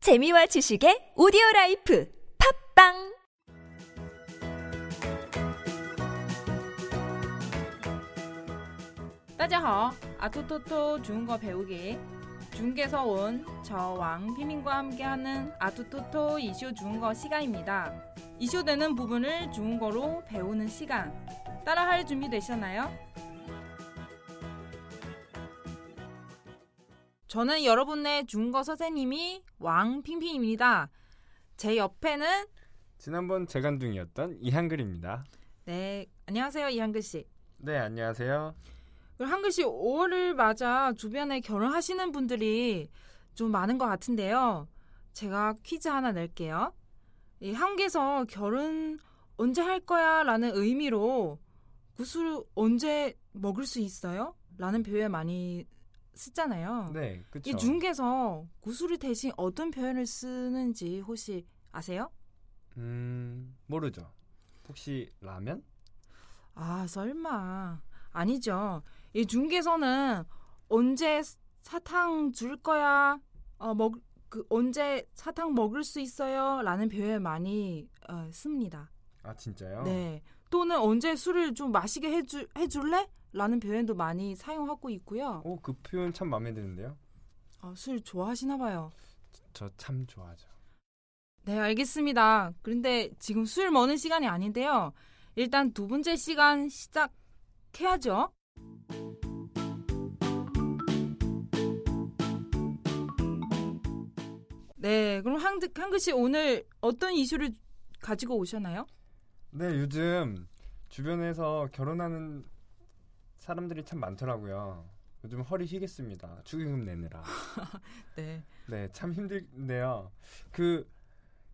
재미와 지식의 오디오 라이프 팝빵 따자허 아투토토 중국어 배우기 중국에서 온 저왕 피민과 함께하는 아투토토 이슈 중국어 시간입니다. 이슈되는 부분을 중국어로 배우는 시간 따라할 준비 되셨나요? 저는 여러분의 중국어 선생님이 왕핑핑입니다. 제 옆에는 지난번 재간둥이었던 이한글입니다. 네 안녕하세요 이한글 씨. 네, 안녕하세요. 그리고 한글 씨 5월을 맞아 주변에 결혼하시는 분들이 좀 많은 것 같은데요. 제가 퀴즈 하나 낼게요. 이 한국에서 결혼 언제 할 거야? 라는 의미로 구슬 언제 먹을 수 있어요? 라는 표현 많이 쓰잖아요. 네, 그쵸. 이 중국에서 구슬을 대신 어떤 표현을 쓰는지 혹시 아세요? 음, 모르죠. 혹시 라면? 아 설마 아니죠 이 중개서는 언제 사탕 줄 거야 어먹그 언제 사탕 먹을 수 있어요라는 표현 많이 어, 씁니다 아, 진짜요? 네 또는 언제 술을 좀 마시게 해줄 해줄래라는 표현도 많이 사용하고 있고요 오, 그 표현 참 마음에 드는데요. 어, 술 좋아하시나 봐요 저 참 좋아하죠. 네, 알겠습니다. 그런데 지금 술 먹는 시간이 아닌데요. 일단 두 번째 시간 시작해야죠. 네, 그럼 한글, 한글 씨 오늘 어떤 이슈를 가지고 오셨나요? 네, 요즘 주변에서 결혼하는 사람들이 참 많더라고요. 요즘 허리 휘겠습니다. 축의금 내느라. 네. 네, 참 힘들네요. 그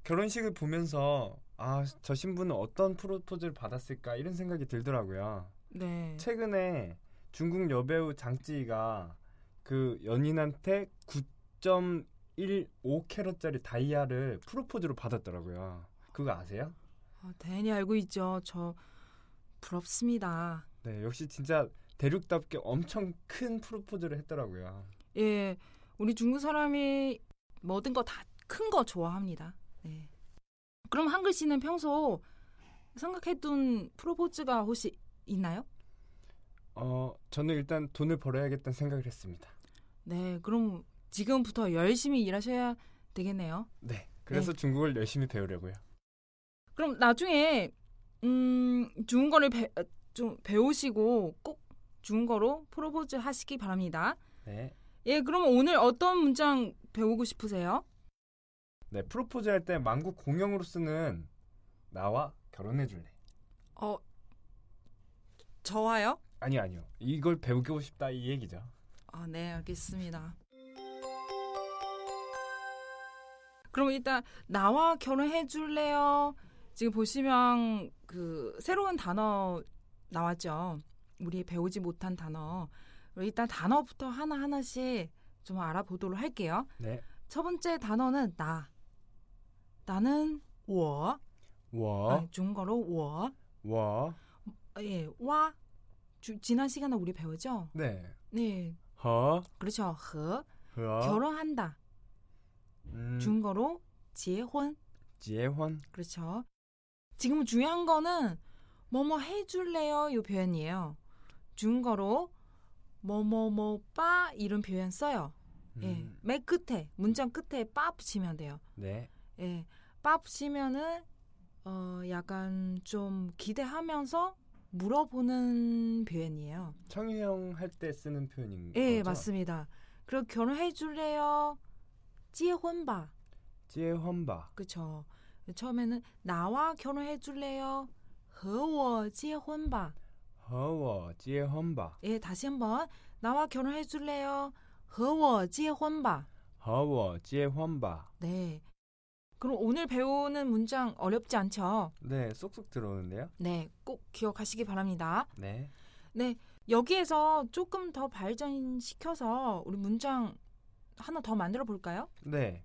결혼식을 보면서 아, 저 신부는 어떤 프로포즈를 받았을까 이런 생각이 들더라고요. 네. 최근에 중국 여배우 장찌가 그 연인한테 9.15 캐럿짜리 다이아를 프로포즈로 받았더라고요. 그거 아세요? 아, 대니 알고 있죠. 저 부럽습니다. 네, 역시 진짜 대륙답게 엄청 큰 프로포즈를 했더라고요. 예, 우리 중국 사람이 모든 거 다 큰 거 좋아합니다. 네. 그럼 한글 씨는 평소 생각해둔 프로포즈가 혹시 있나요? 어, 저는 일단 돈을 벌어야겠다는 생각을 했습니다. 네, 그럼 지금부터 열심히 일하셔야 되겠네요. 네, 그래서 중국을 열심히 배우려고요. 그럼 나중에 음, 중국어를 배, 좀 배우시고 꼭 중국어로 프로포즈 하시기 바랍니다. 네. 예, 그럼 오늘 어떤 문장 배우고 싶으세요? 네, 프로포즈 할 때 만국 공용으로 쓰는 나와 결혼해 줄래? 어, 저와요? 아니요, 아니요. 이걸 배우고 싶다 이 얘기죠. 아, 네, 알겠습니다. 그럼 일단 나와 결혼해 줄래요? 지금 보시면 그 새로운 단어 나왔죠. 우리 배우지 못한 단어. 그럼 일단 단어부터 하나하나씩 좀 알아보도록 할게요. 네. 첫 번째 단어는 나. 나는 我, 워, 아니, 중국어로 我. 워. 예, 와. 주- 지난 시간에 우리 배우죠? 네. 네. 허, 그렇죠. 和 허. 결혼한다. 음, 중거로 재혼 재혼. 그렇죠. 지금 중요한 거는 뭐뭐 해줄래요 이 표현이에요. 중거로 뭐뭐뭐 빠 이런 표현 써요. 예, 음, 맨 끝에 문장 끝에 빠 붙이면 돼요. 네. 예, 빠 붙이면은 어 약간 좀 기대하면서 물어보는 표현이에요. 청유형 할 때 쓰는 표현인 거죠? 예, 맞습니다. 그리고 결혼해줄래요? 재혼봐. 재혼바. 그쵸. 처음에는 나와 결혼해 줄래요? 和我结婚吧. 허워, 재혼바. 예, 다시 한번 나와 결혼해 줄래요? 和我结婚吧. 허워, 재혼바. 네. 그럼 오늘 배우는 문장 어렵지 않죠? 네, 쏙쏙 들어오는데요. 네, 꼭 기억하시기 바랍니다. 네. 네, 여기에서 조금 더 발전시켜서 우리 문장 하나 더 만들어 볼까요? 네.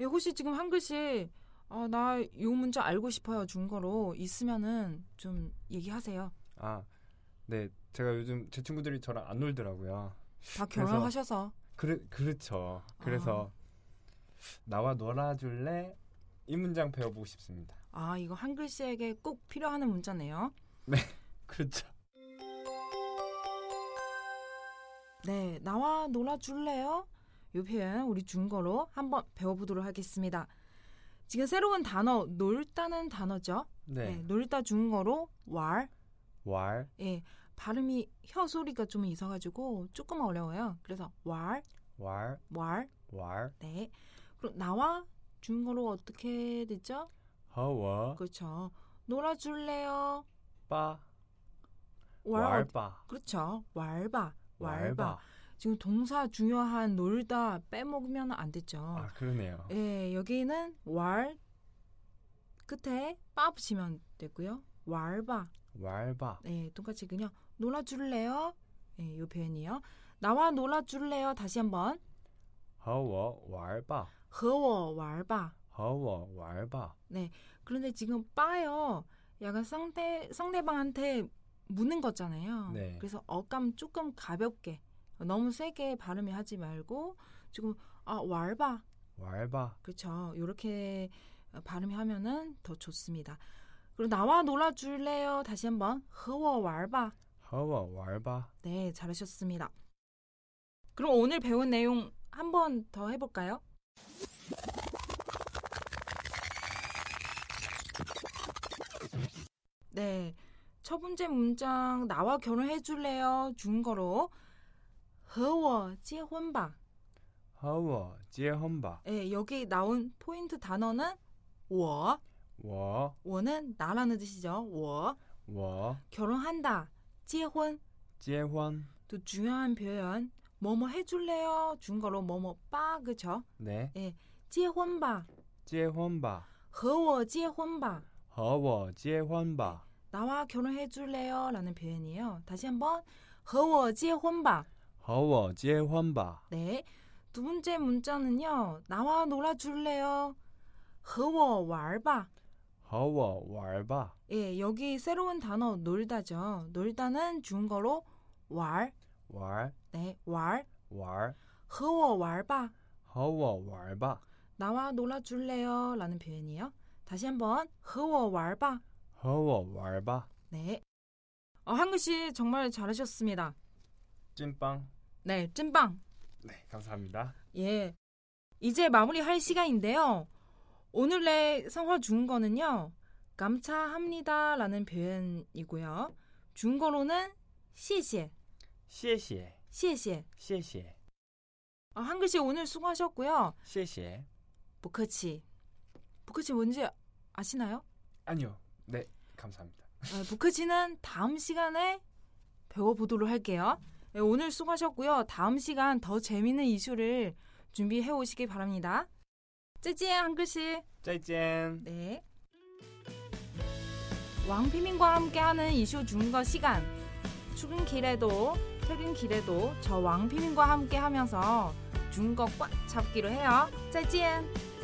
예, 혹시 지금 한글씨 어, 나이 문장 알고 싶어요 중거로 있으면은 좀 얘기하세요. 아, 네. 제가 요즘 제 친구들이 저랑 안 놀더라고요. 다 결혼하셔서 그래, 그렇죠. 그래서 아. 나와 놀아줄래? 이 문장 배워보고 싶습니다. 아, 이거 한글씨에게 꼭 필요하는 문자네요. 그렇죠. 네, 나와 놀아줄래요? 이 표현 우리 중거로 한번 배워보도록 하겠습니다. 지금 새로운 단어 놀다는 단어죠. 네, 네. 놀다 중거로 왈. 왈, 예, 발음이 혀 소리가 좀 있어가지고 조금 어려워요. 그래서 왈, 왈, 왈. 왈, 네. 그럼 나와 중거로 어떻게 되죠? 허워, 그렇죠. 놀아줄래요? 빠, 왈. 왈바, 그렇죠. 왈바. 왈바. 왈바. 지금 동사 중요한 놀다 빼먹으면 안 되죠. 아 그러네요. 예, 여기는 왈 끝에 빠 붙이면 되고요. 왈바. 왈바, 예, 똑같이 그냥 놀아줄래요? 예, 요 표현이요. 나와 놀아줄래요? 다시 한번. 허워, 왈바, 허워 왈바. 허워, 왈바. 그런데 지금 빠요. 약간 상대 상대방한테 묻는 거잖아요. 네. 그래서 어감 조금 가볍게 너무 세게 발음이 하지 말고 지금 아 왈바 왈바, 그렇죠. 이렇게 어, 발음이 하면은 더 좋습니다. 그리고 나와 놀아줄래요? 다시 한번 허워 왈바. 허워, 왈바. 네, 잘하셨습니다. 그럼 오늘 배운 내용 한번 더 해볼까요? 네, 첫 번째 문장 나와 결혼해줄래요? 중거로 허워 지혼바. 허워, 제헌바. 예, 여기 나온 포인트 단어는 워. 워, 워는 나라는 뜻이죠. 워 워, 결혼한다. 지혼 제헌. 또 중요한 표현 뭐뭐 해줄래요? 중거로 뭐뭐 빠 그죠? 네, 지혼바 제헌바. 허워 지혼바 허워, 제헌바. 나와 결혼해줄래요? 라는 표현이에요. 다시 한번 허워 지혼바 허워, 제헌바. 네. 두 번째 문자는요. 나와 놀아줄래요? 허워 왈바 허워, 왈바. 예, 여기 새로운 단어 놀다죠. 놀다는 중거로 왈 왈, 네, 왈 왈, 허워 왈바 허워, 왈바. 나와 놀아줄래요? 라는 표현이요. 다시 한번 허워 왈바. 허워, 왈바. 네. 어, 한글씨 정말 잘하셨습니다. 찐빵. 네, 찐빵. 네, 감사합니다. 예. 이제 마무리할 시간인데요. 오늘의 성화 중거는요. 감사합니다 라는 표현이고요. 중거로는 시시에, 谢谢, 시시에. 谢谢, 어, 한글씨 오늘 수고하셨고요. 谢谢. 부커치. 부커치 뭔지 아시나요? 아니요. 네, 감사합니다. 어, 부크지는 다음 시간에 배워보도록 할게요. 네, 오늘 수고하셨고요. 다음 시간 더 재미있는 이슈를 준비해 오시기 바랍니다. 쯔쯔야 한글씨. 再见. 네. 왕피민과 함께하는 이슈 중거 시간. 출근길에도 퇴근길에도 저 왕피민과 함께하면서 중거 꽉 잡기로 해요. 쯔쯔야.